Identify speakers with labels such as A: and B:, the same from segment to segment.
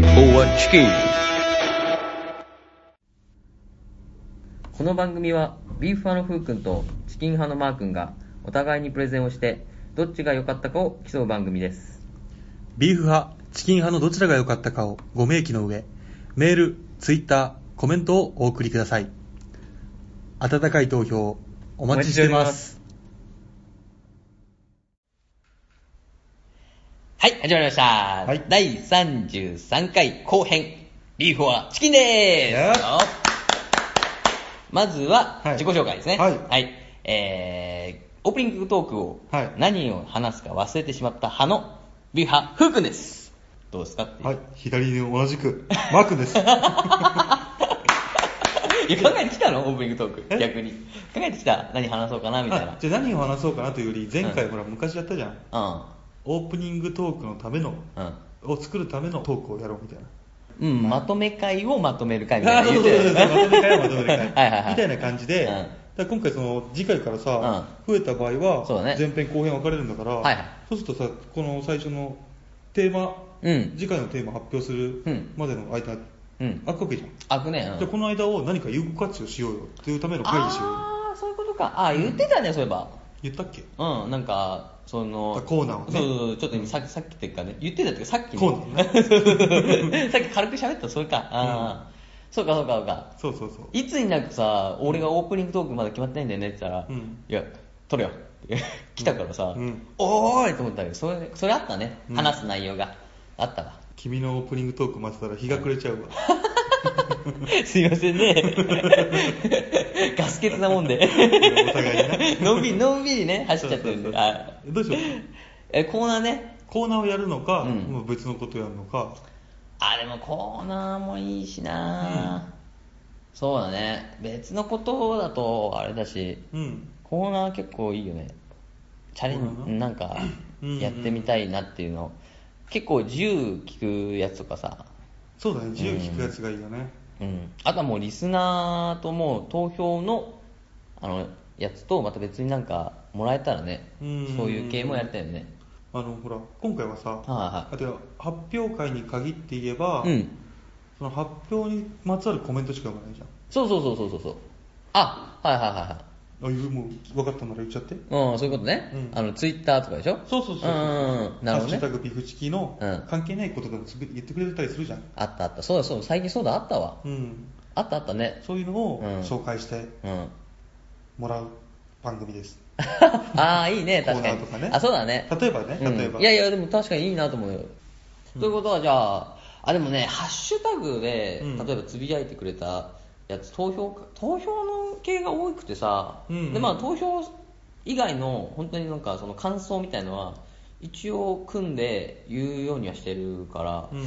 A: チキン。
B: この番組はビーフ派のふうくんとチキン派のマーくんがお互いにプレゼンをしてどっちが良かったかを競う番組です
C: ビーフ派、チキン派のどちらが良かったかをご明記の上、メール、ツイッター、コメントをお送りください。温かい投票、お待ちしています。
D: はい、始まりました。
C: はい
D: 第33回後編、リーフォアチキンで
C: よ
D: ー
C: っ
D: す。まずは
C: はい
D: 自己紹介ですね。
C: はい
D: えー、オープニングトークを
C: はい
D: 何を話すか忘れてしまった派のビーフ派、ふうくんです。どうですかっていう。
E: はい、左に同じく、マー君です。
D: いや考えてきたのオープニングトーク、逆に。考えてきた何話そうかなみたいな。
E: あじゃあ何を話そうかなというより、前回ほら昔やったじゃん。
D: う
E: オープニングトークのための、
D: ん。うん。
E: を作るためのトークをやろうみたいな。
D: うん、まとめ会をまとめる会みた
E: あ
D: い
E: ー
D: な
E: そう
D: 言
E: そう
D: て
E: うそう
D: た
E: そ
D: よね
E: う、まとめ会まとめ
D: はいはいはい
E: 会。みたいな感じで、
D: うん
E: だから今回その次回からさ、
D: う
E: 増えた場合
D: そうだ
E: は、
D: ね
E: 前編後編分かれるんだから、
D: はいはい
E: そうするとさ、この最初のテーマ、
D: うん
E: 次回のテーマ発表する
D: うん
E: までの間、
D: うん
E: 開くわけじゃん。
D: あくね、うん
E: じゃあこの間を何か有効活用しようよというための会議しようよ。
D: ああそういうことかああ言ってたね、そういえば
E: 言ったっけ
D: うんなんかその
E: コーナーをね
D: そうそうそうちょっと今さっきさっきっていうかね言ってたっていうかさっき
E: コーナ
D: ーね さっき軽く喋ったそれかああ、そうかそうかそうか
E: そうそうそう。
D: いつになくさ俺がオープニングトークまだ決まってないんだよねって言ったら「
E: うん
D: いや撮るよ」 って来たからさ「
E: うん
D: おーい!」と思ったけどそれそれあったね、
E: うん
D: 話す内容があったわ
E: 君のオープニングトーク待ってたら日が暮れちゃうわ
D: すいませんね。ガス欠なもんで。
E: お互いにな
D: のんびり、のんびりね、走っちゃってるん
E: そうそう
D: で。
E: そう
D: はい
E: どうしよう
D: え、コーナーね。
E: コーナーをやるのか、
D: うん
E: もう別のことやるのか
D: あ、でもコーナーもいいしな、そうだね。別のことだと、あれだし、
E: うん
D: コーナー結構いいよね。チャレ
E: コーナー
D: ン、なんか
E: うんう、ん
D: やってみたいなっていうの。結構自由聞くやつとかさ。
E: そうだね自由聞くやつがいいよね、
D: うん、あとはもうリスナーともう投票のあのやつとまた別になんかもらえたらねそう
E: うん
D: いう系もやりたいよね
E: あのほら今回はさ、
D: はいはい
E: あと発表会に限って言えば、
D: うん
E: その発表にまつわるコメントしか読まないじゃん
D: そうそうそうそうそうそうあはいはいは
E: あいうもう分かったなら言っちゃって
D: いはいうんそういうことね、
E: うん
D: あのツイッターとかでしょ
E: そうそうそうそう
D: うんうんうんなるほ
E: ハッシュタ
D: どね
E: グビフチキの
D: うん
E: 関係ないことでもつぶ言ってくれたりするじゃん
D: あったあったそうだそうだ最近そうだあったわ
E: うん
D: あったあったね
E: そういうのを
D: うん
E: 紹介して
D: うん
E: もらう番組です、
D: ああいいね確かに
E: コーナーとかね
D: あそうだね
E: 例えばね例えば
D: うんいやいやでも確かにいいなと思うよ、ということはじゃああでもねハッシュタグで
E: うん
D: 例えばつぶやいてくれたやつ、投票か投票の系が多くてさ、
E: うんうん
D: でまあ投票以外の本当になんかその感想みたいのは一応組んで言うようにはしてるから
E: うん
D: う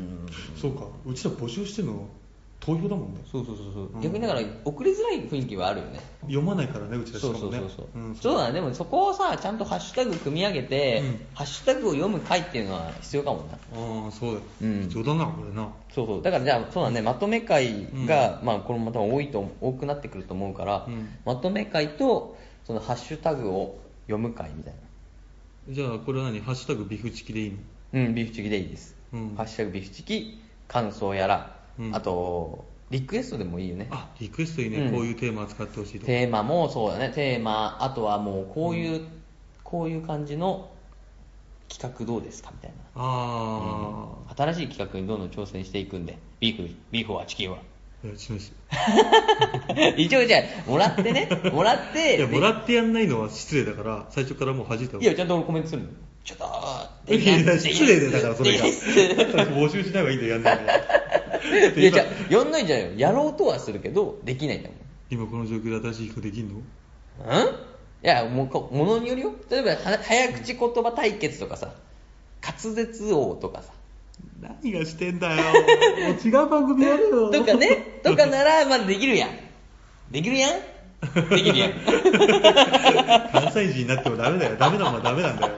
D: ん
E: そうかうちら募集してるの投票だもんね
D: そうそうそうそう、
E: うん
D: 逆にだから送りづらい雰囲気はあるよね
E: 読まないからねうちらし
D: そ
E: か
D: うそ
E: も
D: うそ
E: ね
D: うそう、
E: ん
D: そうだねでもそこをさちゃんとハッシュタグ組み上げて、
E: うん
D: ハッシュタグを読む回っていうのは必要かもな
E: ああそうだ
D: うん
E: 必要だなこれな
D: そうそうだからじゃあそうだねまとめ会が、まあこれも多分多いと多くなってくると思うから、
E: うん
D: まとめ会とそのハッシュタグを読む会みたい
E: じゃあこれは何ハッシュタグビフチキでいいの
D: なうんビフチキでいいです、
E: うん
D: ハッシュタグビフチキ感想やら、
E: うん
D: あとリクエストでもいいよね
E: あリクエストいいね、
D: うん
E: こういうテーマ使ってほしいとか
D: テーマもそうだねテーマあとはもうこういう、こういう感じの企画どうですかみたいな
E: あ
D: 新しい企画にどんどん挑戦していくんでビーフビーフはチキンは
E: あ、いやしないです
D: 一応じゃあもらってねもらって
E: いやもらってやんないのは失礼だから最初からもう恥じた方
D: い
E: がい
D: やちゃんと俺コメントするのちょっとー
E: いや失礼だからそれが
D: いいっすい
E: 募集しない方がいいんだよやんないのは
D: やじゃあやんないんじゃないよやろうとはするけどできないんだもん
E: 今この状況で新しい人できんの
D: うんいやもうこものによるよ例えばは早口言葉対決とかさ滑舌王とかさ
E: 何がしてんだよもう違う番組やるよ
D: とかねとかならまだできるやんできるやんできるやん
E: 関西人になってもダメだよダメなもんはダメなんだよ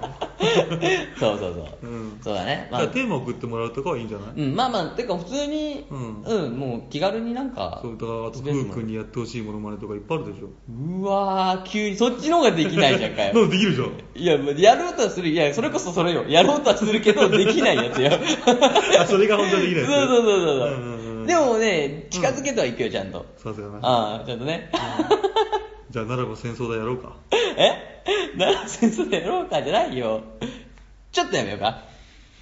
D: そうそうそう。
E: うん
D: そうだね。
E: じ
D: ま
E: ゃ
D: あ
E: あ、テーマ送ってもらうとかはいいんじゃない、
D: うん、まあまあ、てか普通に、う、
E: うんん
D: もう気軽になんか、
E: そうだからあとふうくんにやってほしいものまねとかいっぱいあるでしょ
D: うわー、急に、そっちの方ができないじゃんか
E: なん
D: よ。
E: でできるじゃん
D: いや、もうやろうとはする、いや、それこそそれよ。やろうとはするけど、できないやつ よ。
E: あそれが本当にで
D: そ
E: き
D: う
E: ない
D: そうそうそう。
E: んうんうん
D: でもね、近づけてはいくよ、ちゃんと。
E: さすがだな
D: ああ、ちゃんとね。
E: じゃあならば戦争だやろうか
D: え奈良先生でやろうかじゃないよ。ちょっとやめようか。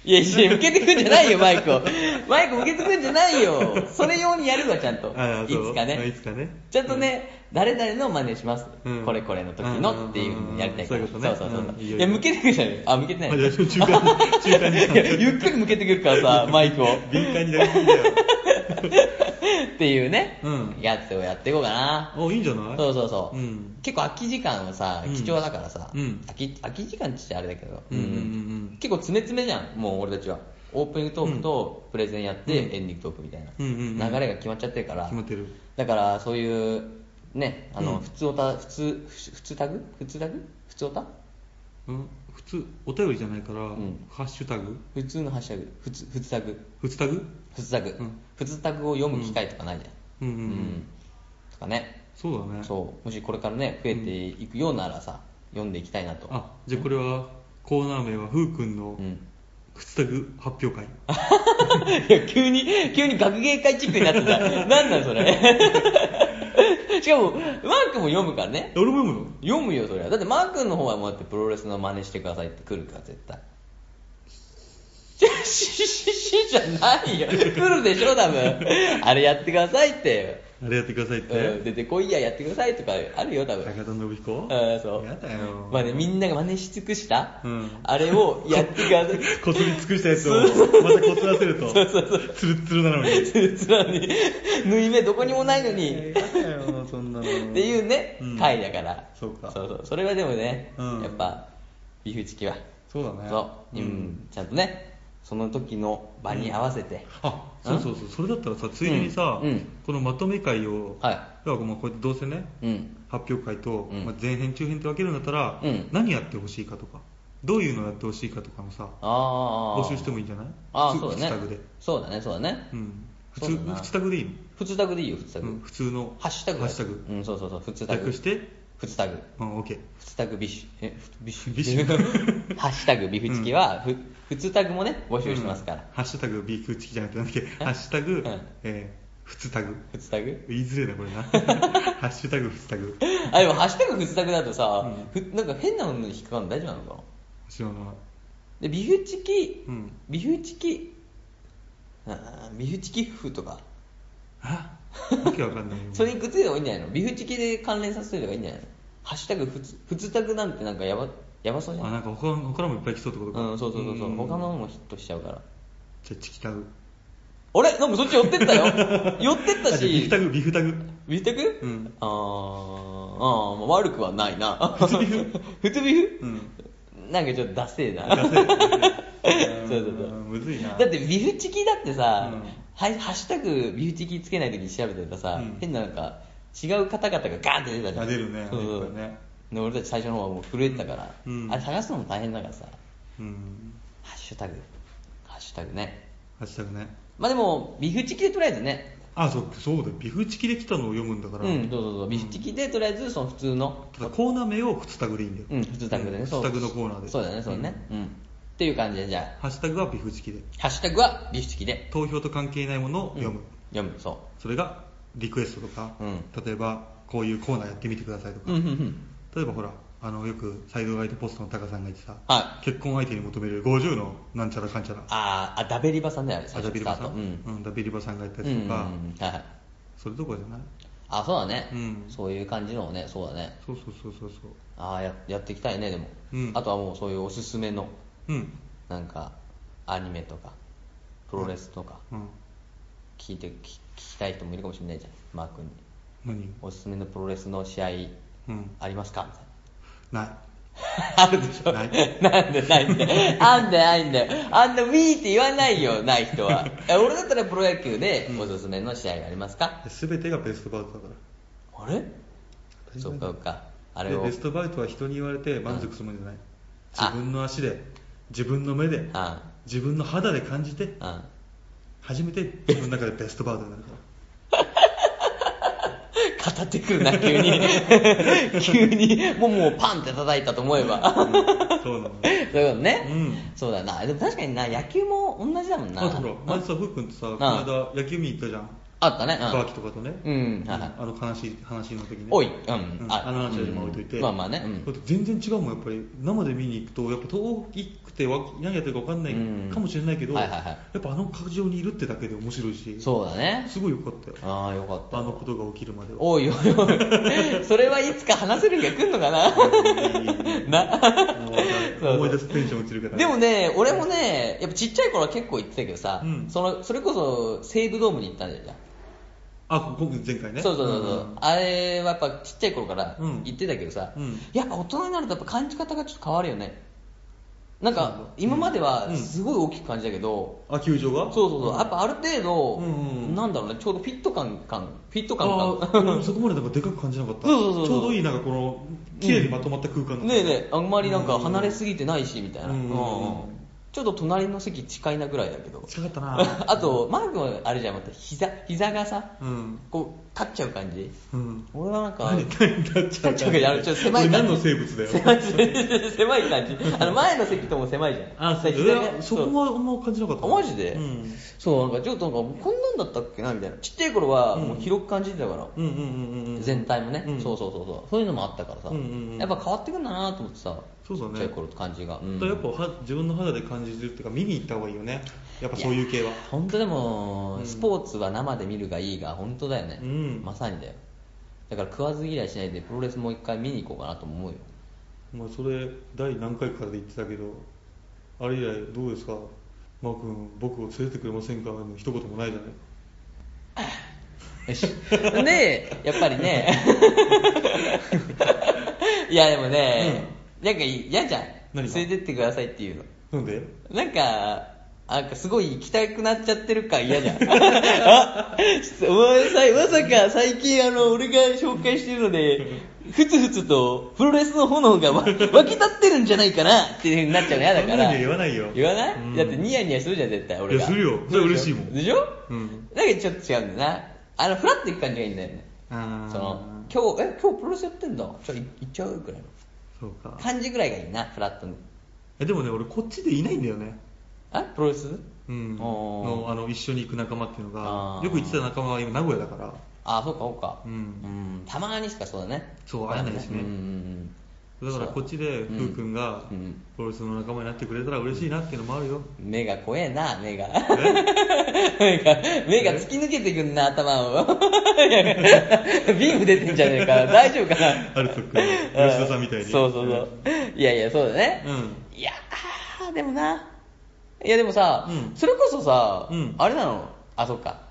D: いや、いや、向けてくんじゃないよ、マイクを。マイク向けてくんじゃないよ。それ用にやるわ、ちゃんと。
E: あ
D: い
E: そう
D: つか
E: あい
D: ね。
E: つかね
D: ちゃんとね、誰々の真似します。
E: うん
D: これこれの時のっていうのやりたいから。
E: うんうんうんう
D: そ
E: んそういうことね
D: うそうそう
E: うんいい
D: い
E: よ
D: や、向けてくんじゃないよ。あ、向けてない。
E: あじゃあ中間中間に
D: いや ゆっくり向けてくるから さ、マイクを。
E: 敏感になりすぎだよ
D: っていうね、
E: うん
D: やつをやっていこうかな。
E: あいいんじゃない
D: そうそうそう。
E: うん
D: 結構空き時間はさ、
E: うん
D: 貴重だからさ、
E: うん
D: 空き空き時間って言っちゃあれだけど、
E: うんうんうんうん
D: 結構詰め詰めじゃん、もう俺たちは。オープニングトークとプレゼンやって、エンディングトークみたいな、
E: うんうんうん
D: 流れが決まっちゃってるから
E: 決まってる
D: だからそういうねあの、
E: うん
D: 普通おた普通普通タグ普通タグ普通おた
E: うん普通お便りじゃないから、
D: ん
E: ハッシュタグ
D: 普通のハッシュタグ普通普通タグ
E: 普通タグ
D: 普通タグ、
E: うん
D: 普通タグを読む機会とかないじ
E: うんう
D: ゃん、
E: ん、うん、
D: とかね
E: そうだね
D: そうもしこれからね増えていくようならさ、読んでいきたいなと
E: あじゃあこれはコーナー名はふうくんの
D: うん
E: 靴タグ発表会、
D: いや、急に、急に学芸会チックになって た。なんだそれ。 しかも、マー君も読むからね。
E: 俺も読むの
D: 読むよ、それは。だってマー君の方はもうだってプロレスの真似してくださいって来るから、絶対。 し、し、し、しじゃないよ。来るでしょ、多 分。あれやってくださいって。
E: あれやってくださいっ
D: うん、
E: て
D: 出てこいや、やってくださいとかあるよ、多分。
E: 高田信彦
D: うん、そう。
E: やだよ
D: まあね、みんなが真似し尽くした、
E: うん
D: あれをやってください。
E: こすり尽くしたやつをまたこすらせると
D: そうそうそう
E: ツルッツルなのに
D: つるつるなのに、縫い目どこにもないのに、
E: やだよそんな
D: っ
E: の
D: ていうね、
E: うん
D: 回だから。
E: そうか
D: そうそう。それはでもね、
E: うん
D: やっぱ、ビーフチキは。
E: そうだね
D: そう。うん。ちゃんとね、その時の場に合わせて。
E: あそうそうそうそれだったらさついでにさ、
D: うんうん
E: このまとめ会を、
D: はい
E: だからまあこうやってどうせね、
D: うん。
E: 発表会と、
D: うん
E: まあ、前編中編って分けるんだったら、
D: うん
E: 何やってほしいかとかどういうのやってほしいかとかもさ
D: ああ。
E: 募集してもいいんじゃない
D: ああ、
E: 普通
D: そうだね。
E: 普通タグで、
D: そうだね、そうだね。
E: うん、普
D: そ
E: 通
D: うだな
E: 普通タグでいいの
D: 普通タグでいいよ、普通タグ。
E: うん普通の
D: ハッシュタグ。
E: ハッシュタグ
D: うん、そうそうそう、普通タグ
E: 略し。て
D: 普通タグ。
E: うんオッケー
D: 普通タグビッシュ。え、ふビッシュ。
E: ビッシ ュ
D: ハッシュタグビーフチキは、ふ普通タグもね、募集してますから
E: うん。ハッシュタグビーフチキじゃなくてなんだっけハッシュタグ、
D: うん
E: えー、普通タグ
D: 普通タグ
E: 言いづれえなこれ なハッシュタグ普通タグ
D: あでもハッシュタグ不作だとさ、ふなんか変なものに引っかかるの大丈夫なのかな
E: 知らない
D: でビフチキ、
E: うん
D: ビフチキあービフチキフとか
E: あわけわかんないよ
D: それにくっついた方がいいんじゃないのビフチキで関連させといた方がいいんじゃないのハッシュタグ普通普通タグなんてなんかやばやばそうじゃ
E: あ
D: ん
E: なんか他の他のもいっぱい来そうってことか
D: うんそうそうそうそう
E: うん
D: 他のもヒットしちゃうから
E: じゃあチキタグ
D: あれなんかそっち寄ってったよ寄ってっ
E: あ
D: た
E: じゃあビ
D: し
E: フタグビ フタグ
D: ビフタグ、
E: うん
D: あーあー、まあ悪くはないな
E: 普通ビフ
D: 普通ビフ、
E: うん
D: なんかちょっとダセえなそうそうそう
E: うんむずいな
D: だってビフチキだってさ、
E: うん
D: はいハッシュタグビフチキつけないときに調べてたらさ、
E: うん
D: 変ななんか違う方々がガーンって出たじゃん
E: あ出るね
D: そうそ
E: やっ
D: う、
E: ぱね
D: で俺たち最初の方はもう震えてたから、
E: うん
D: あれ探すのも大変だからさ
E: うん
D: ハッシュタグハッシュタグね
E: ハッシュタグね
D: まあでもビフチキでとりあえずね
E: あそうそうだよビフチキで来たのを読むんだから、
D: うんそうそうそうビフチキでとりあえずその普通の
E: ただコーナー名を普通タグでいいんだよ、
D: うん普通タグでね、
E: うん
D: そう
E: 普通タグのコーナーで
D: そうだねそうだねうん、っていう感じでじゃ
E: ハッシュタグはビフチキで
D: あハッシュタグはビフチキで
E: 投票と関係ないものを読む、
D: 読むそ
E: それがリクエストとか、
D: うん
E: 例えばこういうコーナーやってみてくださいと
D: う
E: か、
D: うんうんうん
E: 例えばほらあのよくサイドガイドポストのタカさんが言ってさ、
D: は
E: 結婚相手に求める50のなんちゃらかんちゃら
D: あーあダベリバさんだよあれ
E: あ
D: 最
E: ダ
D: 初
E: ビ
D: ス
E: リ
D: タ
E: バ
D: ー
E: さ
D: ト
E: ん、
D: うん
E: うんダビリバさんがやったやつとか、
D: うんうんうんはいはい
E: それどころじゃない
D: あそうだね、
E: うん
D: そういう感じのをねそうだね
E: そうそうそうそうそう
D: ああややっていきたいねでも、
E: うん
D: あとはもうそういうおすすめの
E: うん
D: なんかアニメとかプロレスとか
E: うん
D: 聞いて、き聞きたい人もいるかもしれないじゃんマー君に
E: 何
D: おすすめのプロレスの試合
E: うん
D: ありますかみたいな
E: ない
D: あるでしょ
E: ない
D: なんでないんだよあんだよあんだよあんなウィーって言わないよない人 はえ俺だったらプロ野球でおすすめの試合がありますか、
E: 全てがベストバウトだから
D: あれそうかそうかあれを
E: でベストバウトは人に言われて満足するもんじゃない、
D: あ
E: 自分の足で自分の目で
D: あ
E: 自分の肌で感じて
D: あ
E: 初めて 自分の中でベストバードになるから
D: 語ってくるな急 に急にもうもうパンって叩いたと思えば
E: そうなの
D: そういうことね、
E: うん
D: そうだなでも確かにな野球も同じだもんな
E: あとほら前さふっくんとさこの間野球見に行ったじゃん
D: あったね、うん、
E: バーキとかとね
D: うんはいはい
E: あの悲しい話の時にね
D: おいうん
E: うん
D: あ
E: あの話は今置いといて、
D: うんまあまあねうん
E: だって全然違うもんやっぱり生で見に行くとやっぱ遠くてわ何やってるか分かんない
D: うん
E: かもしれないけど、
D: はいはいはい
E: やっぱあの会場にいるってだけで面白いし
D: そうだね
E: すごい良かったよ
D: ああよかった
E: あのことが起きるまでは
D: おいおいおいそれはいつか話せる日が来るのか なな
E: もうわかる
D: そう
E: 思い出すテンション落ちるから、
D: でもね俺もねやっぱちっちゃい頃は結構行ってたけどさ、
E: うん
D: そのそれこそ西武ドームに行ったんだよじゃあ
E: あ僕前回ね
D: そうそうそうそう、
E: ん
D: あれはやっぱちっちゃい頃から
E: うん
D: 言ってたけどさ、
E: うん
D: やっぱ大人になるとやっぱ感じ方がちょっと変わるよねなん
E: そうなんだ
D: か今まで
E: う
D: は
E: ん
D: すごい大きく感じたけど、
E: あ球場が
D: そうそうそうやっぱある程度、
E: うんうん
D: なんだろうねちょうどフィット感感フィット感
E: あ
D: 感
E: ー俺もそこまでなんかでかく感じなかった
D: そうそうそう
E: ちょうどいいなんかこの綺麗にまとまった空間だった
D: ねえねえあんまりなんか離れすぎてないしみたいな、
E: うん
D: うんちょっと隣の席近いなぐらいだけど
E: 近かったな
D: あとマー君はあれじゃんまた膝膝がさ
E: うん
D: こう立っちゃう感じ
E: うん
D: 俺はなんか
E: 何何立っち
D: 立
E: ゃう
D: っちゃうからあのちょっと狭い
E: 俺
D: 感
E: 何
D: じ
E: の生物 だよ
D: 狭い狭い感じあの前の席とも狭いじゃんさ
E: い
D: 膝が
E: やそこ
D: う
E: はあんま感じなかった
D: あマジで、
E: うん
D: そうなんかちょっとなんかこんなんだったっけなみたいなちっちゃい頃はもううん広く感じてたから、
E: うんうんうんうん
D: 全体もね、
E: うん
D: そうそうそうそうそういうのもあったからさ、
E: うんうんうん
D: やっぱ変わってくんだなと思ってさ
E: そうだね
D: ちっちゃい頃と感じが、うん
E: だからやっぱは自分の肌で感じるっていうか見に行った方がいいよねやっぱそういう系は
D: 本当でも、スポーツは生で見るがいいが本当だよね、
E: うん
D: まさにだよだから食わず嫌いしないでプロレスもう一回見に行こうかなとも思うよ
E: まあそれ第何回かで言ってたけどあれ以来どうですかマー君僕を連れてってくれませんかの一言もないじゃない
D: よ しでやっぱりねいやでもね、なんか嫌じゃん連
E: 何が
D: れてってくださいっていうの
E: なんで
D: なんか、なんかすごい行きたくなっちゃってる感嫌じゃ ん。あお前さ、まさか最近あの、俺が紹介してるので、ふつふつとプロレスの炎がわ 湧き立ってるんじゃないかなっていう風になっちゃうの嫌だか
E: そんな
D: ら。
E: には言わないよ
D: 言わない、
E: うん
D: だってニヤニヤするじゃん、絶対俺
E: い
D: が。
E: やするよそれ嬉しいもん
D: でしょ
E: うん
D: だけどちょっと違うんだよな。あの、フラッと行く感じがいいんだよね。
E: あー
D: その、今日、え、今日プロレスやってんだ。じゃあい行っちゃうぐらいの。
E: そうか
D: 感じぐらいがいいな、フラットの。
E: えでもね俺こっちでいないんだよね
D: あプロレス
E: うん
D: おー
E: のあの一緒に行く仲間っていうの
D: あ
E: が
D: ー
E: よく行ってた仲間は今名古屋だから
D: あそうかそうか
E: うん
D: んたまにしかそうだね
E: そう会えないしね
D: うんうん
E: だからこっちで
D: う
E: ふ
D: ん
E: うくんが
D: うん
E: プロレスの仲間になってくれたら嬉しいなっていうのも あるよ
D: うん目が怖えな目が 目が目が突き抜けてくんな頭を いやビーム出てんじゃねえか大丈夫かな
E: あるとか吉田さんみたいに
D: うそうそうそういやいやそうだね
E: う
D: いやあーでもないやでもさ
E: うん
D: それこそさ
E: うん
D: あれなのあそっか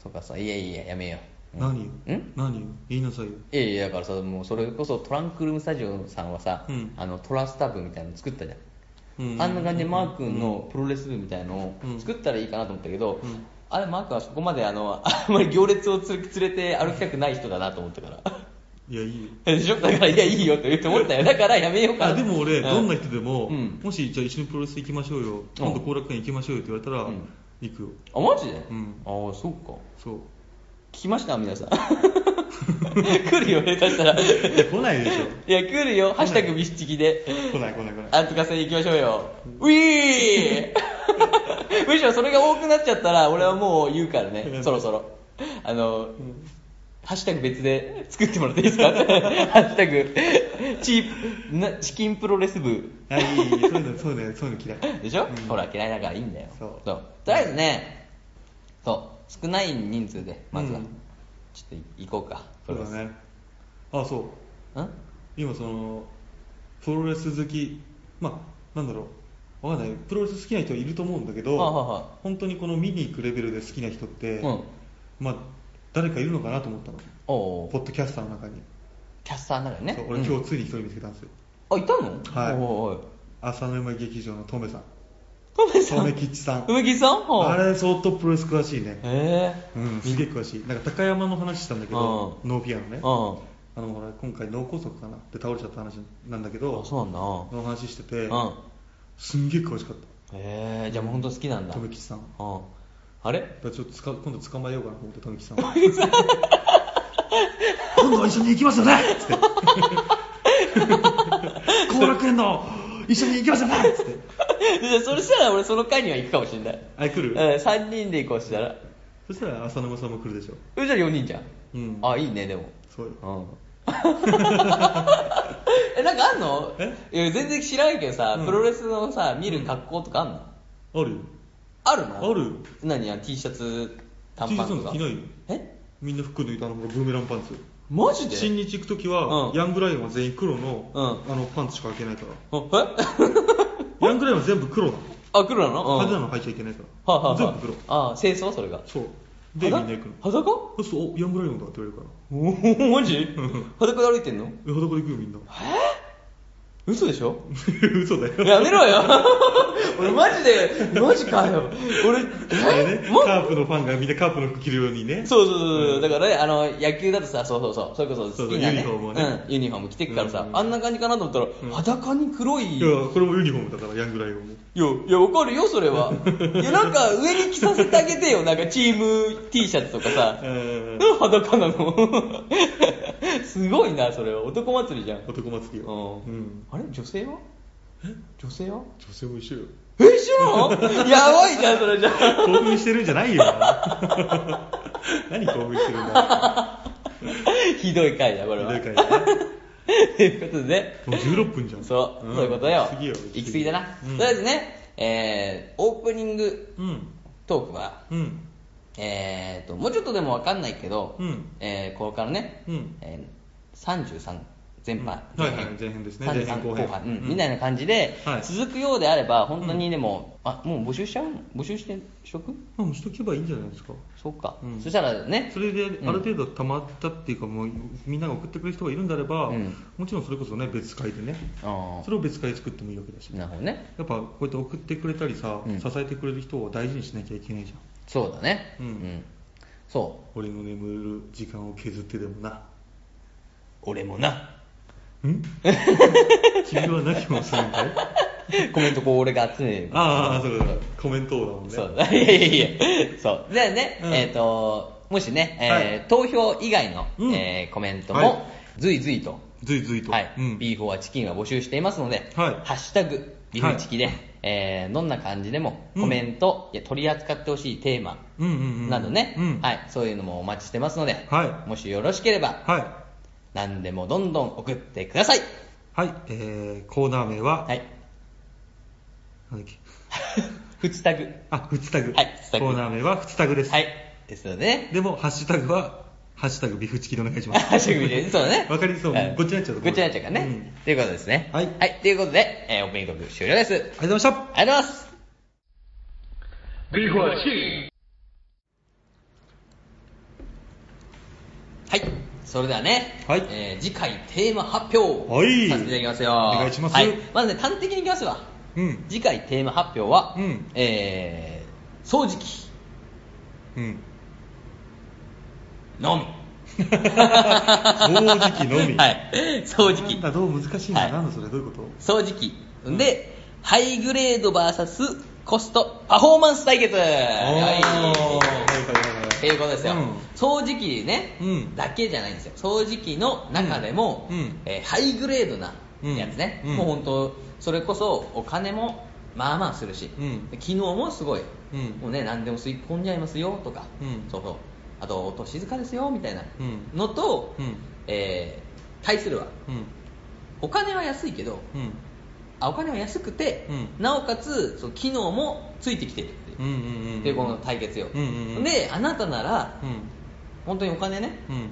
D: そっかさいやいややめよううん
E: 何よ
D: ん
E: 何よ言いなさいよ
D: いやいやだからさもうそれこそトランクルームスタジオさんはさ、
E: うん
D: あのトラスタ部みたいなの作ったじゃん、
E: うん
D: あんな感じでマー君のプロレス部みたいのを
E: うん
D: 作ったらいいかなと思ったけど、
E: うん
D: あれマー君はそこまであのあんまり行列をつ連れて歩きたくない人だなと思ったから
E: いやいいよ
D: でしょだからいやいいよと言って思ったよだからやめようかな
E: あでも俺、
D: う
E: どんな人でも、
D: うん
E: もしじゃあ一緒にプロレス行きましょうよ、今度後楽園行きましょうよって言われたら、
D: うん
E: 行くよ
D: あマジで、
E: うん
D: ああそうか
E: そう
D: 聞きました皆さん 来るよ下手したらい
E: いや来ないでしょ
D: や来るよ「ハッシュタグビスチキ」で
E: 来ない来ない来ない
D: あんとかせ行きましょうよ。ウィー むしろそれが多くなっちゃったら、俺はもう言うからね、そろそろ。あの、ハッシュタグ別で作ってもらっていい ですかハッシュタグ、チープ、なチキンプロレス部。
E: はいいいいいそういうのそういうのそういうの嫌い
D: でしょ、
E: うん
D: ほら、嫌いだからいいんだよ。
E: そう
D: とりあえずね、そう、少ない人数で、まずは。
E: うん
D: ちょっと行こうか、
E: そうだねあそう
D: うん
E: 今そのプロレス好きまあなんだろうわかんないプロレス好きな人はいると思うんだけど、
D: はいはいはい
E: 本当にこの見に行くレベルで好きな人って、
D: うん
E: まあ誰かいるのかなと思ったの
D: お
E: ポ
D: ー
E: ッドキャスターの中に、
D: キャスターの中にね
E: そう。俺
D: うん
E: 今日ついに一人見つけたんですよ、
D: あ、いたの
E: はい
D: おいおい
E: 浅沼劇場のトメさん
D: トメさん
E: トメ吉さん
D: 梅木さんは
E: あれ相当プロレス詳しいね
D: え
E: うんすげえ詳しいなんか高山の話したんだけど
D: う
E: ノーピアノね
D: えうん
E: あのほら今回脳梗塞かなって倒れちゃった話なんだけど
D: あそうなんだ
E: その話してて、
D: うん
E: すんげえ詳しかっ
D: えー、じゃあもう本当好きなん
E: た
D: だ
E: 留吉さんだ
D: うんあれ
E: からちょっとつか今度捕まえようかなと思って留吉さんを今度は一緒に行きますよねっつ って後楽園の一緒に行きますよねっつって
D: じゃあそれしたら俺その会には行くかもしれない
E: あ来
D: うん
E: る、
D: 3人で行こうしたら
E: そしたら浅沼さんも来るでしょ
D: うんじゃあ4人じゃん、
E: うん
D: あいいねでも
E: そうよ
D: う んえなんかあんの
E: え
D: いや全然知らんけどさ、
E: うん
D: プロレスのさ見る格好とかあんの、
E: あるよ
D: あるの
E: あるよ
D: 何や T シャツ短パンとか
E: T シャツなんて着ないよ
D: え
E: みんな服脱いだのブーメランパンツ
D: マジで
E: 新日行く時は、
D: うん
E: ヤングライオンは全員黒の,、
D: う
E: あのパンツしか履けないから
D: あえ
E: ヤングライオンは全部黒なの
D: あ黒なの、うん、
E: 派手なの履いちゃいけないか
D: は
E: ら、
D: あはあはあ
E: 全部黒
D: ああ清掃それが
E: そうでみんな行くの
D: 裸裸
E: そうするとおヤングライオンだって言われるから
D: おーマジ裸で歩いてんの
E: え裸で行くよみんな
D: 嘘でしょ
E: 嘘だよ
D: やめろ よ俺マジでマジかよ俺
E: あれね
D: も
E: カープのファンがみんなカープの服着るようにね
D: そうそうそう、うだからねあの野球だとさそうそうそうそれこそ好きな、ね、
E: そうそうユニフォームをね
D: うん、ユニフォーム着てくからさ、
E: うん
D: あんな感じかなと思ったら、
E: ん
D: 裸に黒い
E: い
D: いや
E: やこれもユニフォームだからヤングライオンも
D: いやわかるよそれはいやなんか上に着させてあげてよなんかチーム T シャツとかさ、
E: えー
D: なんで裸なの すごいなそれは男祭りじゃん、う
E: 男祭りよ、うん
D: ん、、あれ女性は女性は
E: 女性も一緒よ
D: え一緒なの やばいじゃんそれじゃん
E: 興奮してるんじゃないよ 何興奮してるんだ
D: ひどい回だこれは
E: ひどい回だね
D: ということで
E: もう16分じゃん
D: そう、
E: ん
D: そういうことよ
E: 次よ
D: 行き過ぎだな、
E: うん
D: とりあえずね、えー、オープニング
E: うん
D: トークは
E: うん
D: えー、ともうちょっとでも分かんないけど、
E: うん
D: えーここからね、
E: うん
D: えー33前半、
E: うんはいはい前編ですね
D: 33
E: 前編後編
D: うん
E: うん
D: みたいな感じで、
E: はい
D: 続くようであれば本当にでも、あもう募集しちゃうの募集してしとく
E: まあもうしとけばいいんじゃないですか
D: そうか、
E: うん
D: そしたらね
E: それで
D: うん
E: ある程度溜まったっていうか、もうみんなが送ってくれる人がいるんであれば、
D: うん
E: もちろんそれこそね別会でね
D: あ
E: それを別会で作ってもいいわけだし
D: あなるほどね
E: やっぱこうやって送ってくれたりさ、
D: うん
E: 支えてくれる人を大事にしなきゃいけないじゃん
D: そうだね
E: うん
D: そう
E: 俺の眠る時間を削ってでもな
D: 俺もなん
E: 君は何をするんだい
D: コメントこう俺が集め る
E: ああそうだコメント王だもんね
D: そう だ、いやいやいや、そう。でね、
E: うん
D: えっ、と、もしね、えー
E: は
D: 投票以外の、
E: うん
D: えーコメント
E: はい
D: も、随々と、
E: ずいずいと、
D: はい、
E: うん、
D: ビーフォアチキンは募集していますので、
E: はい
D: ハッシュタグ、ビーフチキで、えーどんな感じでも、コメント、いや取り扱ってほしいテーマ、
E: うんうんうん
D: などね、
E: うん
D: はい、そういうのもお待ちしてますので、
E: は
D: もしよろしければ、
E: はい
D: 何でもどんどん送ってください。
E: はい、えー、コーナー名は、
D: はい。
E: なんだっけ
D: フチタグ。
E: あ、フチタグ。
D: はいフチタグ
E: コーナー名はフチタグです。
D: はい。ですよね。
E: でも、ハッシュタグは、ハッシュタグビフチキでお願いします。
D: ハッシュタグでそうだね。
E: わかりそう。
D: ん
E: ごっちになっちゃうと
D: ごっちになっちゃうから
E: うん
D: ね。ということですね。
E: はい
D: はい。ということで、えーオープニングトーク終了です。あり
E: ありがとうございました。
D: がとうございます。はい。それではね、
E: はい
D: えー次回テーマ発表
E: はい
D: させていただきますよ。
E: お願いします
D: はい。まずね、端的にいきますわ。
E: うん。
D: 次回テーマ発表は、
E: うん
D: えー掃除機
E: うん。
D: のみ。
E: 掃除機の み
D: はい。掃除機
E: なん。だ、どう難しいん
D: は
E: だ。
D: い
E: なんだそれ、どういうこと
D: 掃除機で、ハイグレード VS コストパフォーマンス対決はいっていうことですよ、
E: うん
D: 掃除機ね、
E: うん
D: だけじゃないんですよ掃除機の中でも、
E: うんうん
D: えーハイグレードなやつね、
E: うん
D: もう本当それこそお金もまあまあするし、
E: うん
D: 機能もすごい、
E: うん
D: もうね何でも吸い込んじゃいますよとか、
E: うん
D: そうそうあと音静かですよみたいな
E: うん
D: のと、
E: うん
D: えー対するは
E: うん。
D: お金は安いけど、
E: うん。
D: あお金は安くて、
E: うん
D: なおかつその機能もついてきてるっていう,、
E: うんうんうんうん
D: っていうこの対決よ、
E: うんうんうん
D: であなたなら、
E: うん。
D: 本当にお金ね
E: うん。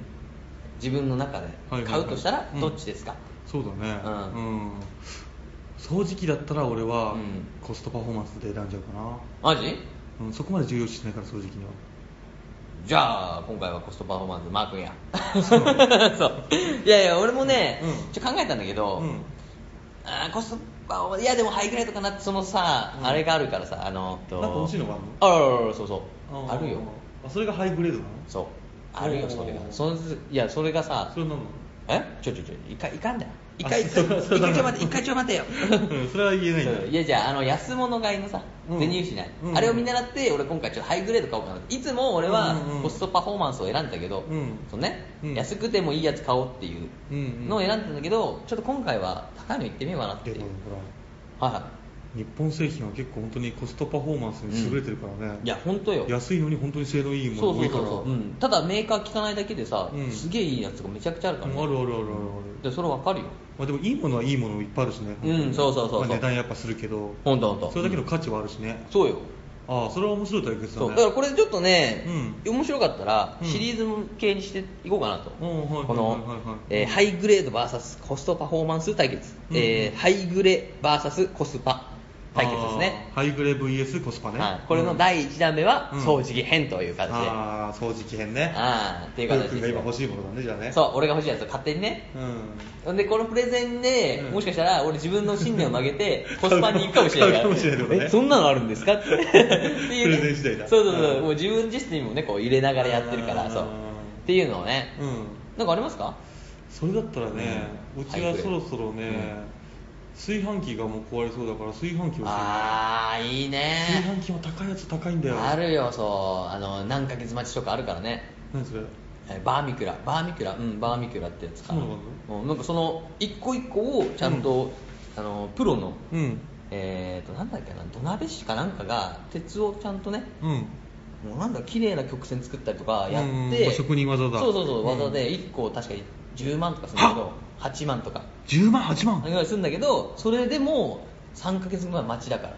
D: 自分の中で
E: はいはいはい
D: 買うとしたら
E: うん
D: どっちですか、
E: そうだね。
D: うん
E: うん。掃除機だったら俺は
D: うん
E: コストパフォーマンスで選んじゃうかな。
D: マジ
E: うん、そこまで重要視しないから、掃除機には。
D: じゃあ今回はコストパフォーマンスマー君や そういやいや俺もね、
E: うん
D: ちょっと考えたんだけど、
E: うん。
D: あーコストパフォーマンスいやでもハイグレードかなってそのさ、
E: うん
D: あれがあるからさあのと
E: なんか欲しいのがある
D: あららららそうそうあるよ
E: あそれがハイグレードなの
D: そうあるよそれが
E: おー
D: そのいやそれがさ
E: それなんなの
D: ええちょちょちょいかいかんだよ一
E: あ
D: 回
E: そうそうそう
D: 一回ちょ待って一回ちょ待てよ
E: うんそれは言えないんだ
D: そういやじゃああの安物買いのさ
E: うん
D: 全入試ない、
E: うん
D: あれを見習って俺今回ちょっとハイグレード買おうかないつも俺は
E: うんうんうん
D: コストパフォーマンスを選んだけど、
E: うん
D: そのね
E: うん
D: 安くてもいいやつ買おうってい
E: うんうん
D: うのを選んだんだけど、ちょっと今回は高いの行ってみようかなってい
E: で
D: う、
E: もほら
D: は
E: 日本製品は結構本当にコストパフォーマンスに優れてるからね、
D: い、いや本当よ
E: 安いのに本当に性能いいも
D: そ
E: の
D: う
E: が
D: そ
E: 多
D: うそ
E: いから
D: うそう、うん、ただメーカー聞かないだけでさ、
E: うん
D: すげえいいやつがめちゃくちゃあるから、
E: うんあるあるあるあるある、
D: でそれわかるよ
E: まあ、でもいいものはいいものいっぱいあるしね、
D: うんそうそうそうそう
E: まあ、値段やっぱするけど
D: ほんとほんと
E: それだけの価値はあるしね、
D: そうよ
E: ああそれは面白い対決だ
D: そう
E: ね
D: だからこれちょっとね、面白かったら
E: うん
D: シリーズ系にしていこうかなと、
E: うんはいはいはいはい
D: こ
E: うん
D: のえーハイグレード VS コストパフォーマンス対決、
E: うん
D: えーハイグレ VS コスパ対決ですね
E: ああハイグレ VS コスパね、
D: はいこれの第1弾目は
E: うん
D: 掃除機編という形で、あ
E: ああ掃除機編ね
D: あっていう
E: ふう
D: 形
E: く
D: で
E: んが
D: す
E: 今
D: よ
E: 欲しいものだねじゃあね
D: そう俺が欲しいやつを勝手にね
E: う、ん、
D: ほんでこのプレゼンで、
E: うん
D: もしかしたら俺自分の信念を曲げ てコスパに行くかもしれないから
E: 買うかもしれないってことね
D: えそんなのあるんです かってっていうね
E: プレゼン次第だ
D: そうそうそう、
E: うん
D: もう自分自身にもねこう入れながらやってるからそう
E: あー
D: っていうのをね
E: うん、
D: なんかありますか
E: それだったらね、
D: うん
E: うちはそろそろね、炊飯器がもう壊れそうだから炊飯器を
D: あーいい
E: 炊飯
D: ね
E: 器も高いやつ高いんだよ
D: あるよそうあの何ヶ月待ちとかあるからね
E: 何それ
D: えバーミキュラバーミキュラうんバーミキュラってやつか
E: そうなの
D: うんなんかその一個一個をちゃんと、あのプロの
E: うん
D: えー、となんだっけな土鍋師かなんかが鉄をちゃんとね
E: うん
D: もうなんだ綺麗な曲線作ったりとかや
E: うん
D: っ
E: まあ
D: て
E: 職人技だ
D: そうそうそううん技で1個確かに10万とかするんだけど8万とか
E: 10万8
D: ぐらいするんだけどそれでも3ヶ月ぐらい待ちだから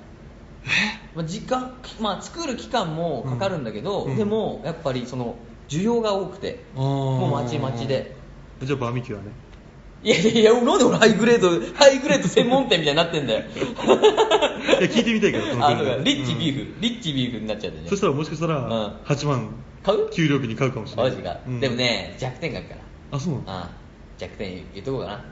D: まあ時間、まあ、作る期間もかかるんだけど、
E: うん
D: でもやっぱりその需要が多くて
E: あー
D: もう待ち待ちで
E: じゃあバーミキュアね
D: いやいやいやなんで俺ハイグレードハイグレード専門店みたいになってんだ よ
E: いや聞いてみたいけどその
D: あ
E: 分
D: そうか
E: ね
D: リッチビーフ、リッチビーフになっちゃってね
E: そしたらもしかした
D: うん
E: ら8万
D: 買う
E: 給料日に買うかもしれな
D: マ
E: い
D: ジか、
E: うん
D: でもね弱点があるから
E: あそうなの
D: ああ弱点言っとこうかな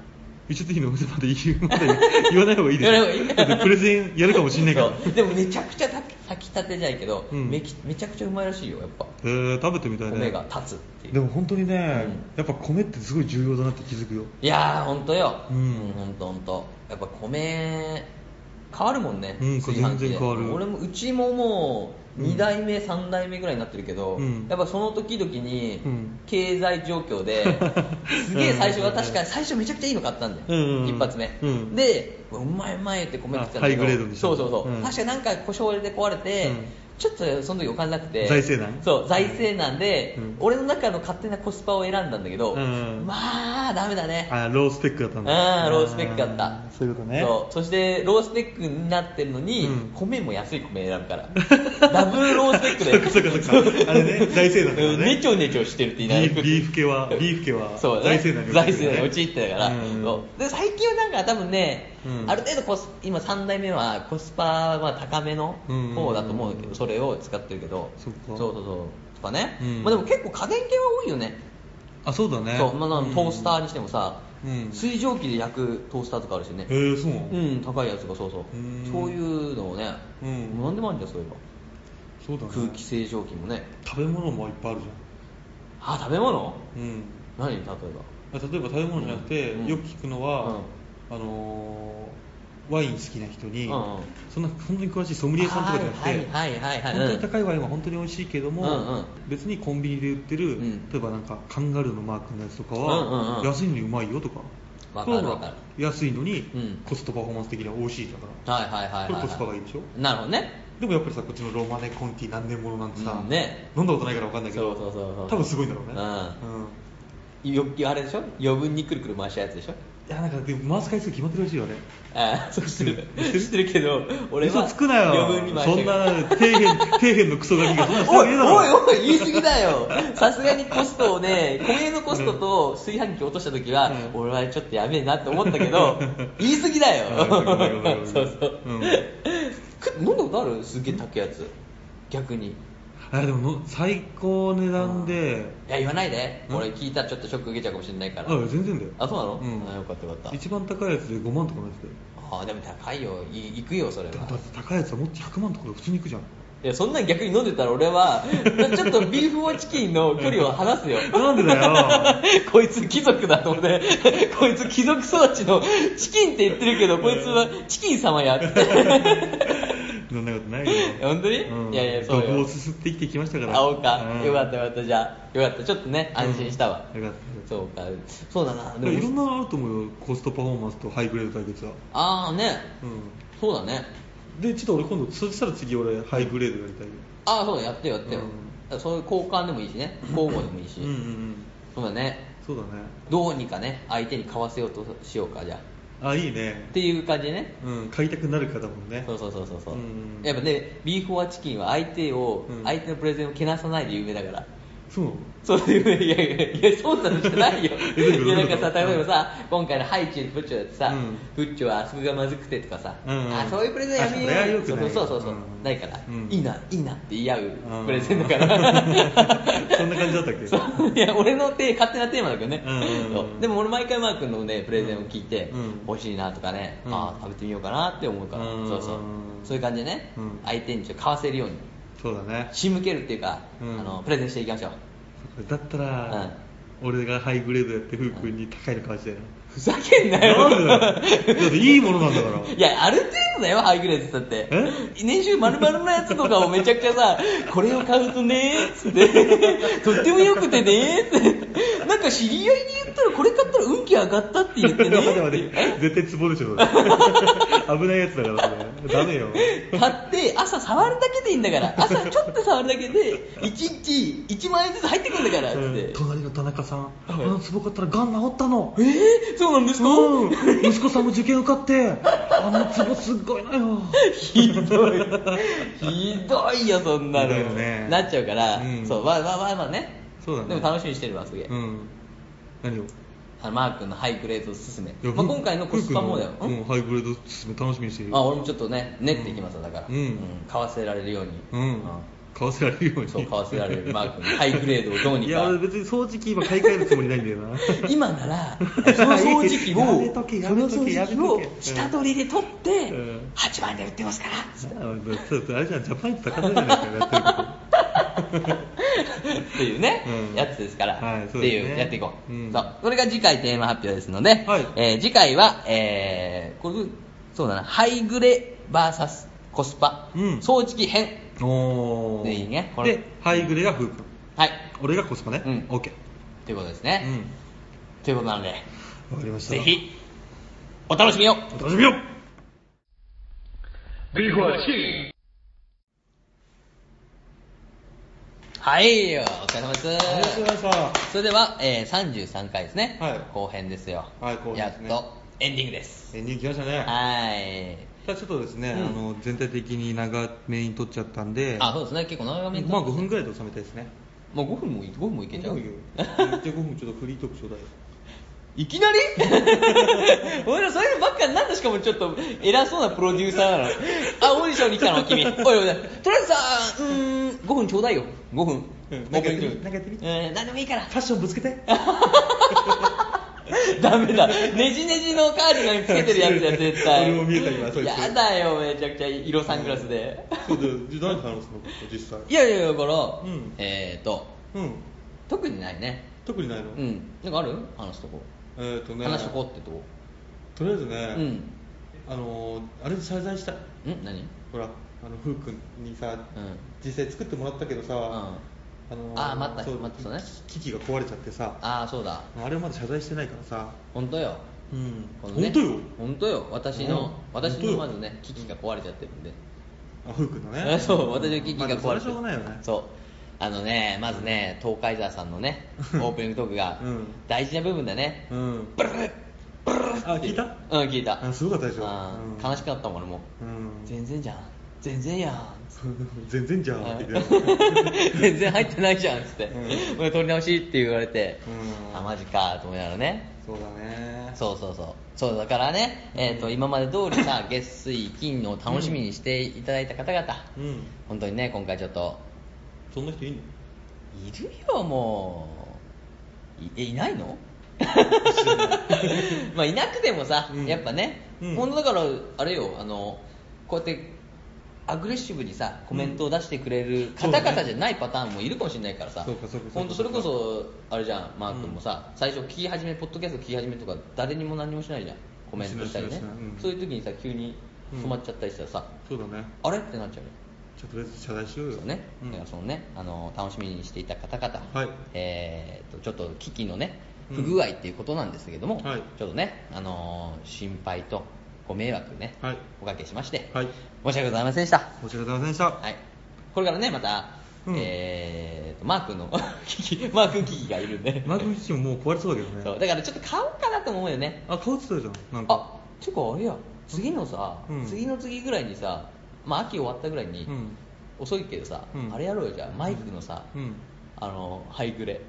E: 一応的にお店まで言うま で言わない方がいいでし ょ
D: 言わない方がいい
E: だってプレゼンやるかもしんないから
D: そうでもめちゃくちゃ炊き炊きたてじゃないけど、
E: うん
D: めきめちゃくちゃうまいらしいよやっぱ
E: えー食べてみたいね
D: 米が立つっていう
E: でも本当にね、やっぱ米ってすごい重要だなって気づくよ
D: いやー本当よ
E: う
D: うんん本当本当やっぱ米変わるもんね、
E: うん
D: 炊飯器で
E: 全然変わる
D: 俺もうちももう2代目、3代目ぐらいになってるけど、
E: うん
D: やっぱその時々に
E: うん
D: 経済状況 で、すげえ最初は確かに最初めちゃくちゃいいの買ったんだよ、
E: うんうんうん
D: 一発目、
E: うん
D: でうまいうまいって米食ってたんだ
E: あハ
D: け
E: イ
D: ど
E: グレードにした
D: そうそうそう、
E: うん
D: 確かなんか故障で壊れて、
E: うん
D: ちょっとその時お金なくて
E: 財政難
D: そう財政難で、
E: うん
D: 俺の中の勝手なコスパを選んだんだけど、
E: うん
D: まあダメだね
E: あロースペックだったんだ
D: あーロースペックだった
E: あーそういうことね
D: そうそしてロースペックになってるのに、
E: うん
D: 米も安い米選ぶからダブルロースペックで
E: そっかそっかそっかあれね財政難だからね
D: ネチョネチョしてるって
E: ビ
D: 言いなが
E: ーフ
D: ら
E: ビーフ系はビーフ系は
D: そうね
E: 財政難に陥
D: 財
E: ってるよね
D: 政難に陥ってたから、
E: うん
D: そうで最近はなんか多分ね、
E: うん
D: ある程度コス今3代目はコスパは高めの
E: うん
D: 方だと思うけど、それを使ってるけど
E: そっか
D: そうそうそうとかね、
E: うん
D: まあ、でも結構家電系は多いよね
E: あそうだね
D: そうまあ、なん
E: うん
D: かトースターにしてもさ、
E: うん
D: 水蒸気で焼くトースターとかあるしね、
E: へえそうなの
D: うん、高いやつがそうそう
E: うん
D: そういうのをね、
E: うん
D: もう何でもあるじゃんそういえば
E: そうだね
D: 空気清浄機もね
E: 食べ物もいっぱいあるじ
D: あ食べ物
E: ゃんうん
D: 何例えば
E: 例えば食べ物じゃなくて、
D: うん
E: よく聞くのは、あのーワイン好きな人に、
D: うんうん
E: そんな本当に詳しいソムリエさんとかじゃなくて、
D: はいはいはいはいはい
E: 本当に高いワインは本当に美味しいけども、
D: うんうん
E: 別にコンビニで売ってる、
D: うん
E: 例えばなんかカンガルーのマークのやつとか
D: うんうん
E: は、
D: うん
E: 安いのにうまいよとか、
D: わか
E: そう
D: る
E: いうの
D: わか
E: が
D: る
E: 安いのに
D: うん
E: コストパフォーマンス的には美味しいだから、
D: はいはいはいはい
E: これコスパがいいでしょ
D: なるほどね
E: でもやっぱりさこっちのロマネコンティ何年ものなんてさ、
D: うんね
E: 飲んだことないから分かんないけど
D: そうそうそうそう
E: 多分すごいんだろうね、
D: う
E: うん
D: よあれでしょ余分にくるくる回したやつでしょ
E: いやなんかでも回す回数決まってるらしいよね
D: ああそうしてる知ってるけど俺は
E: 嘘つくなよ
D: 余分に回
E: そ
D: し
E: ん
D: たから
E: な底辺 底辺のクソガキがそんな人
D: お
E: はいねえだろ
D: おいおい言い過ぎだよさすがにコストをね米のコストと炊飯器落とした時は、
E: うん
D: 俺はちょっとやべえなって思ったけど言い過ぎだよ
E: うんごめんごめんごめん
D: そうそう、
E: うん
D: く飲んだことあるすげえ高いやつ逆にい
E: あでもの最高値段で、
D: や言わないで
E: うん
D: 俺聞いたらちょっとショック受けちゃうかもしれないから
E: あ全然だよ
D: あそうなの、
E: うん
D: あよかったよかった
E: 一番高いやつで5万とかのやつだよ
D: あでも高いよい行くよそれ
E: でも
D: は
E: だって高いやつはもっと100万とかで普通にいくじゃん
D: いやそんなん逆に飲んでたら俺はちょっとビーフォーチキンの距離を離すよ
E: なんでだ よ
D: こいつ貴族だと思って こいつ貴族育ちのチキンって言ってるけどこいつはチキン様やって
E: そんなことないよ
D: 本当にいやいやそうよ
E: 毒をすすって生きてきましたから
D: あおうか、
E: うん
D: よかったよかったじゃあよかったちょっとね安心したわ、
E: うんよかった
D: そうかそうだなで
E: いろん
D: も
E: なのあると思うよコストパフォーマンスとハイグレード対決は
D: ああね
E: う
D: そうだね
E: んでちょっと俺今度そしたら次俺ハイグレードやりたいよ
D: ああそうだやってよやってよ、
E: うん
D: だからそういう交換でもいいしね交互でもいいし、
E: うんうんうん
D: そうだね
E: そうだね
D: どうにかね相手に買わせようとしようかじゃあ
E: あいいね
D: っていう感じでね
E: うん買いたくなるかだもんね
D: そうそうそうそうそう、
E: うん
D: やっぱねビーフォアチキンは相手を、
E: うん
D: 相手のプレゼンをけなさないで有名だから
E: そうなの
D: そういういやいやいやそうなのじゃない よ
E: えどういうこと
D: いやなんかさ例えばさ今回のハイチュウとプッチョだってさ、
E: うん
D: プッチョはあそこがまずくてとかさ、
E: うんうん
D: あそういうプレゼンやめよ
E: あそれは
D: う
E: 良くない
D: そうそうそうそう、
E: うん
D: ないから、
E: うん
D: いいないいなって言い合う
E: うん
D: プレゼンだから
E: そんな感じだったっけ
D: そういや俺のテー勝手なテーマだけどね、
E: うん
D: そうでも俺毎回マー君のねプレゼンを聞いて、
E: うん
D: 欲しいなとかね、
E: うん
D: あー食べてみようかなって思うから、
E: うん
D: そうそうそういう感じでね、
E: うん
D: 相手にちょっと買わせるように
E: そうだね
D: 仕向けるっていうか、
E: うん
D: あのプレゼンしていきましょう
E: だったら俺がハイグレードやってフー君に高いの買わせたいな
D: ふざけんなよ
E: なんでだよだっていいものなんだから
D: いや、ある程度だよ、ハイグレードだって。
E: え
D: 年収丸々のやつとかをめちゃくちゃさ、これを買うとねーっつって、とっても良くてねーって、なんか知り合いに言ったら、これ買ったら運気上がったって言って
E: 待て
D: ね
E: 待
D: ー
E: て待
D: って
E: て絶対ツボでしょそれ 危ないやつだからそれダメよ
D: 買って、朝触るだけでいいんだから、朝ちょっと触るだけで、1日1万円ずつ入ってくるんだからっつっ
E: うん
D: て。
E: 隣の田中さんあのツボ買ったらがん治ったの
D: えー、そうなんですか、
E: うん息子さんも受験受かってあのツボすっごいのよ
D: ひどい。ひどいよ、そんなの。
E: ひどいよね
D: なっちゃうから、
E: うん
D: そう、まあまあまあまあね。
E: そうだね
D: でも楽しみにしてるわ、すげえ。
E: うん何を
D: あのマー君のハイグレードを進め、
E: いや
D: まあ、今回のコスパもだよ、
E: フー君のうんハイグレード進め楽しみにしてる
D: うんあ、俺もちょっとね練っていきますよだから、
E: うん
D: 買わせられるように、
E: うん買わせられるように
D: そう買わせられるマー君にハイグレードをどうに
E: いや俺
D: か
E: 別に掃除機今買い替えるつもりないんだよな
D: 今な らその掃除機を
E: やめとけや
D: そ
E: めと
D: の掃
E: け
D: 除機
E: やめと
D: を
E: け
D: 下取りで取って、
E: うん
D: 8万円で売ってますから
E: あそうそうあれじゃんジャパンと高田じゃないですかやってること
D: っていうね、
E: うん
D: やつですから、
E: はい
D: って
E: そうですね
D: いうやっていこう、
E: うん
D: そうそれが次回テーマ発表ですので、
E: はい
D: えー次回は、えーこれそうだなハイグレ VS コスパ、
E: うん
D: 掃除機編
E: おー
D: でいいねこれ
E: でハイグレがフー君
D: はい
E: 俺がコスパね
D: うん
E: OK
D: ということです
E: う
D: ね、
E: ん
D: ということなので
E: わかりました
D: ぜひお楽しみを
E: お楽しみよ
D: はいよお疲れ様です
E: ありがとうございました
D: それでは、えー、33回ですね、
E: はい
D: 後編ですよ
E: はい後編ですね
D: やっとエンディングです
E: エンディング来ましたね
D: はい
E: ただちょっとですね、
D: うん
E: あの全体的に長めに撮っちゃったんで
D: あそうですね結構長めに
E: まあ5分ぐらいで収めたいですね
D: もう5分もい5分もいけちゃう
E: いいよじゃあ5分 ちょっとフリートークちょうだい
D: いきなり 俺らそういうのばっかりなんでしかもちょっと偉そうなプロデューサーなのあオーディションに来たの君おいおいおいとりあえずさうーん5分ちょうだいよ5分
E: うんなんかやってみ
D: 5分
E: なんかやってみ
D: うん何でもいいから
E: ファッションぶつけて
D: ダメだねじねじのカーディガンにつけてるやつや絶対
E: 俺も見えた今そいつ
D: やだよめちゃくちゃ色サングラスで
E: そうだよじゃあ何話すの実際
D: いやいやだから、
E: ん
D: えっ、ー、と
E: うん
D: 特にないね
E: 特にないの、
D: うんなんかある話すとこ、
E: えーとね
D: 話すとこってとこと
E: りあえずね、
D: うん
E: あのーあれで謝罪したい
D: うん何
E: ほらあのふうくんにさ、
D: うん
E: 実際作ってもらったけどさ、あの
D: あー待った待ったそうね
E: 機器が壊れちゃってさ
D: ああそうだ
E: あれをまだ謝罪してないからさ
D: 本当よ
E: うん
D: このね
E: 本当よ
D: 本当よ私の、
E: うん
D: 私
E: 本当
D: の
E: よ
D: まずね機器が壊れちゃってるんで、
E: あふうくんの
D: あ
E: ね
D: そう私の機器が
E: ま
D: 壊
E: あ
D: れてる
E: それはしょうがないよね
D: そうあのねまずね東海沢さんのねオープニングトークが
E: うん
D: 大事な部分だね、
E: うん
D: ブルルブルル
E: あ聞いた
D: うん聞いた
E: あすごかったでしょ
D: あー
E: うん
D: 悲しくなったもん俺も
E: う
D: うん全然じゃん全然やん
E: 全然じゃんって 言ってた
D: 全然入ってないじゃんっつって
E: う
D: 俺取り直しって言われて
E: うん
D: あマジかと思いながらね
E: そうだね
D: そうそうそうそうだからね、えー、と今まで通りさ月水金を楽しみにしていただいた方々、
E: うん
D: 本当にね今回ちょっと
E: そんな人いんの
D: いるよもういえいない のまあいなくてもさ、
E: うん
D: やっぱね、
E: うん
D: ほんとだからあれよあのこうやってアグレッシブにさコメントを出してくれる方々じゃないパターンもいるかもしれないからさ
E: そうかそうかそうか
D: 本当それこそあれじゃんマー君もさ、最初聞き始めポッドキャスト聞き始めとか誰にも何もしないじゃんコメントしたりね
E: しないしないしないうん
D: そういう時にさ急に
E: うん
D: 止まっちゃったりしたらさ、
E: そうだね
D: あれってなっちゃうよ
E: ちょっと別に謝罪しようよ
D: そうね、
E: ん
D: だからそのね、あの楽しみにしていた方々、
E: はい
D: えーとちょっと危機のね
E: うん
D: 不具合っていうことなんですけれども、
E: はい
D: ちょっとね、あのー心配とご迷惑ね、
E: はい
D: おかけしまして、
E: はい
D: 申し訳ございませんでした。
E: 申し訳ございませんでした
D: はい、これからねまた、
E: うん
D: えーとマー君の 危機マー君危機がいるんで、
E: マーク自身ももう壊れそうだけど
D: そう
E: ね
D: だからちょっと買おうかなとも思うよね。
E: あ顔映ってたじゃんなんか
D: あていうかあれや次のさ、
E: うん
D: 次の次ぐらいにさ、まあ、秋終わったぐらいに、
E: うん
D: 遅いけどさ、
E: うん
D: あれやろうよじゃあマイクのさ、
E: うん
D: あのハイグレ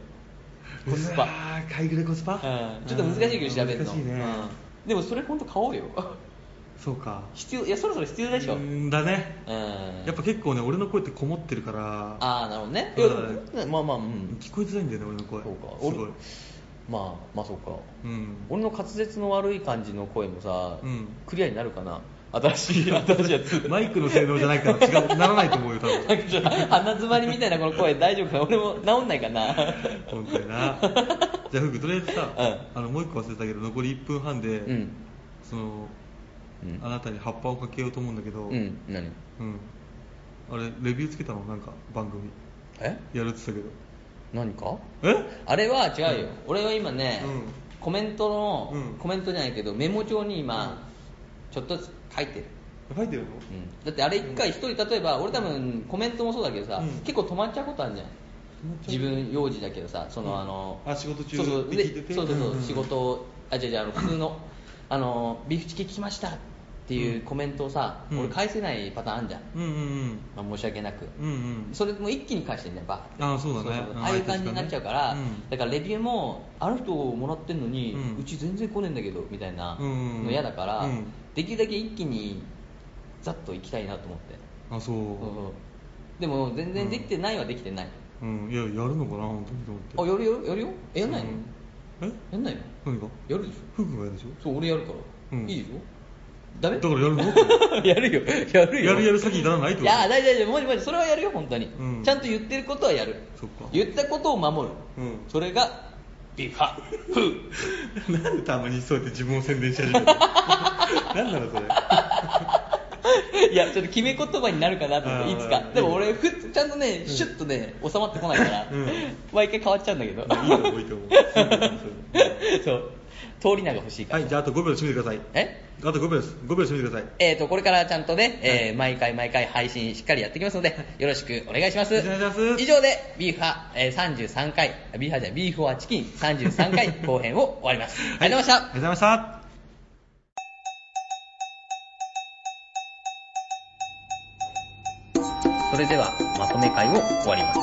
D: コスパ、
E: ああ買いぐれコスパ
D: うんちょっと難しいけど調べるの、
E: 難しいね
D: うんでもそれ本当買おうよ
E: そうか
D: 必要いやそろそろ必要でしょ、
E: う
D: うん
E: ーんだねやっぱ
D: ぱ
E: 結構ね俺の声ってこもってるから
D: ああなるほどねい
E: そう
D: や
E: だね
D: でもまあまあうん
E: 聞こえづらいんだよね俺の声
D: そうか
E: すごい
D: まあまあそうか
E: うん
D: 俺の滑舌の悪い感じの声もさ、
E: うん
D: クリアになるかな新しい 新しいやつ
E: マイクの性能じゃないから違うならないと思うよ多分
D: なんかちょっと鼻詰まりみたいなこの声大丈夫かな俺も治んないか な
E: 本当や なじゃあフグとりあえずさ、
D: う
E: あのもう一個忘れたけど残り1分半で、
D: うん
E: その
D: うん
E: あなたに葉っぱをかけようと思うんだけど、
D: うん何
E: うんあれレビューつけたのなんか番組
D: え
E: やるって言って
D: 何か
E: たけどえ
D: あれは違うよ、俺は今ね、
E: うん
D: コメントの、
E: うん
D: コメントじゃないけどメモ帳に今、ちょっとずつ書いてる、
E: 書いてるの
D: うんだってあれ一回一人例えば俺多分コメントもそうだけどさ、
E: うん
D: 結構止まっちゃうことあるじゃん自分用事だけどさその、
E: うん
D: あの
E: あ仕事中
D: そうそう
E: で
D: で
E: 聞いてて
D: そうそうそう
E: うんうん
D: 仕事あ違う違うあの普通のあのビーフチキン来ましたっていうコメントをさ、
E: うん
D: 俺返せないパターンあるじゃん、
E: うんうん
D: まあ、申し訳なく、
E: うんうんうん
D: それも一気に返してんじゃんバーって
E: あーそうだねうん
D: ああいう感じになっちゃうから、
E: うん
D: だからレビューもあの人もらってんのに、
E: うん
D: うち全然来ねえんだけどみたいな
E: うん
D: の嫌だから、
E: うん
D: できるだけ一気にざっと行きたいなと思って、
E: あそう
D: そうそうでも全然できてないはできてない、
E: うんいややるのかな本当にと思って
D: あやるよやるよえやんないの、
E: うんえ
D: やんないの
E: 何が
D: やるでし
E: フグがやるでしょ
D: ょそう俺やるから、
E: うん
D: いいでしょダメ
E: だからやるの
D: やるよやるよ
E: やるやる先にならないって
D: い
E: こと
D: や大丈夫大丈夫もじもじそれはやるよ本当に、
E: うん
D: ちゃんと言ってることはやる
E: そっか
D: 言ったことを守る、
E: うん
D: それがビファフー
E: なんでたまにそうやって自分を宣伝し始め るのなんなのそれ
D: いやちょっと決め言葉になるかなと思っ
E: あ
D: てい
E: ー
D: つかでも俺ふっちゃんとね、シュッとね収まってこないから、
E: うん
D: 毎回変わっちゃうんだけど、
E: いいと思ういいと思うすごいいいと思う
D: そう通り名が欲しいから、
E: はいじゃああと5秒で締めてください
D: え
E: あと5秒です5秒で締めてください
D: えー、とこれからちゃんとね、えー毎回毎回配信しっかりやっていきますのでよろしくお願いします
E: お願いします
D: 以上でビーファ、えー、33回ビーファじゃないビーフォアチキン33回後編を終わります、ありがとうございました
E: ありがとうございました
D: それではまとめ会を終わります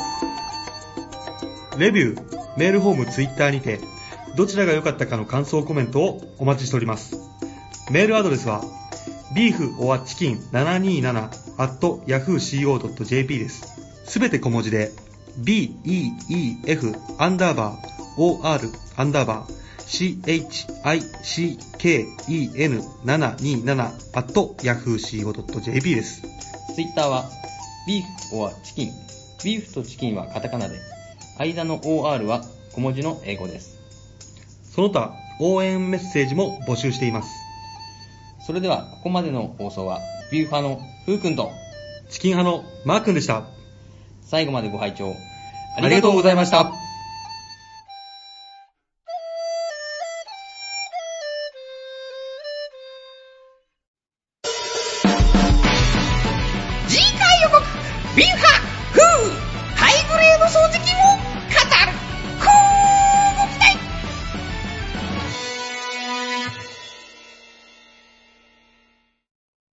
C: レビュー、メールフォーム、ツイッターにて、どちらが良かったかの感想コメントをお待ちしております。メールアドレスは、beeforchicken727-yahooco.jp です。すべて小文字で、beef アンダーバー or アンダーバー chicken727-yahooco.jp です。
D: ツイッターは、ビーフ or チキン。ビーフとチキンはカタカナで、間の OR は小文字の英語です。
C: その他、応援メッセージも募集しています。
D: それでは、ここまでの放送は、ビューファーのふうくんと、
C: チキン派のマー君でした。
D: 最後までご拝聴
C: ありがとうございました。
A: 次回予告ビーファ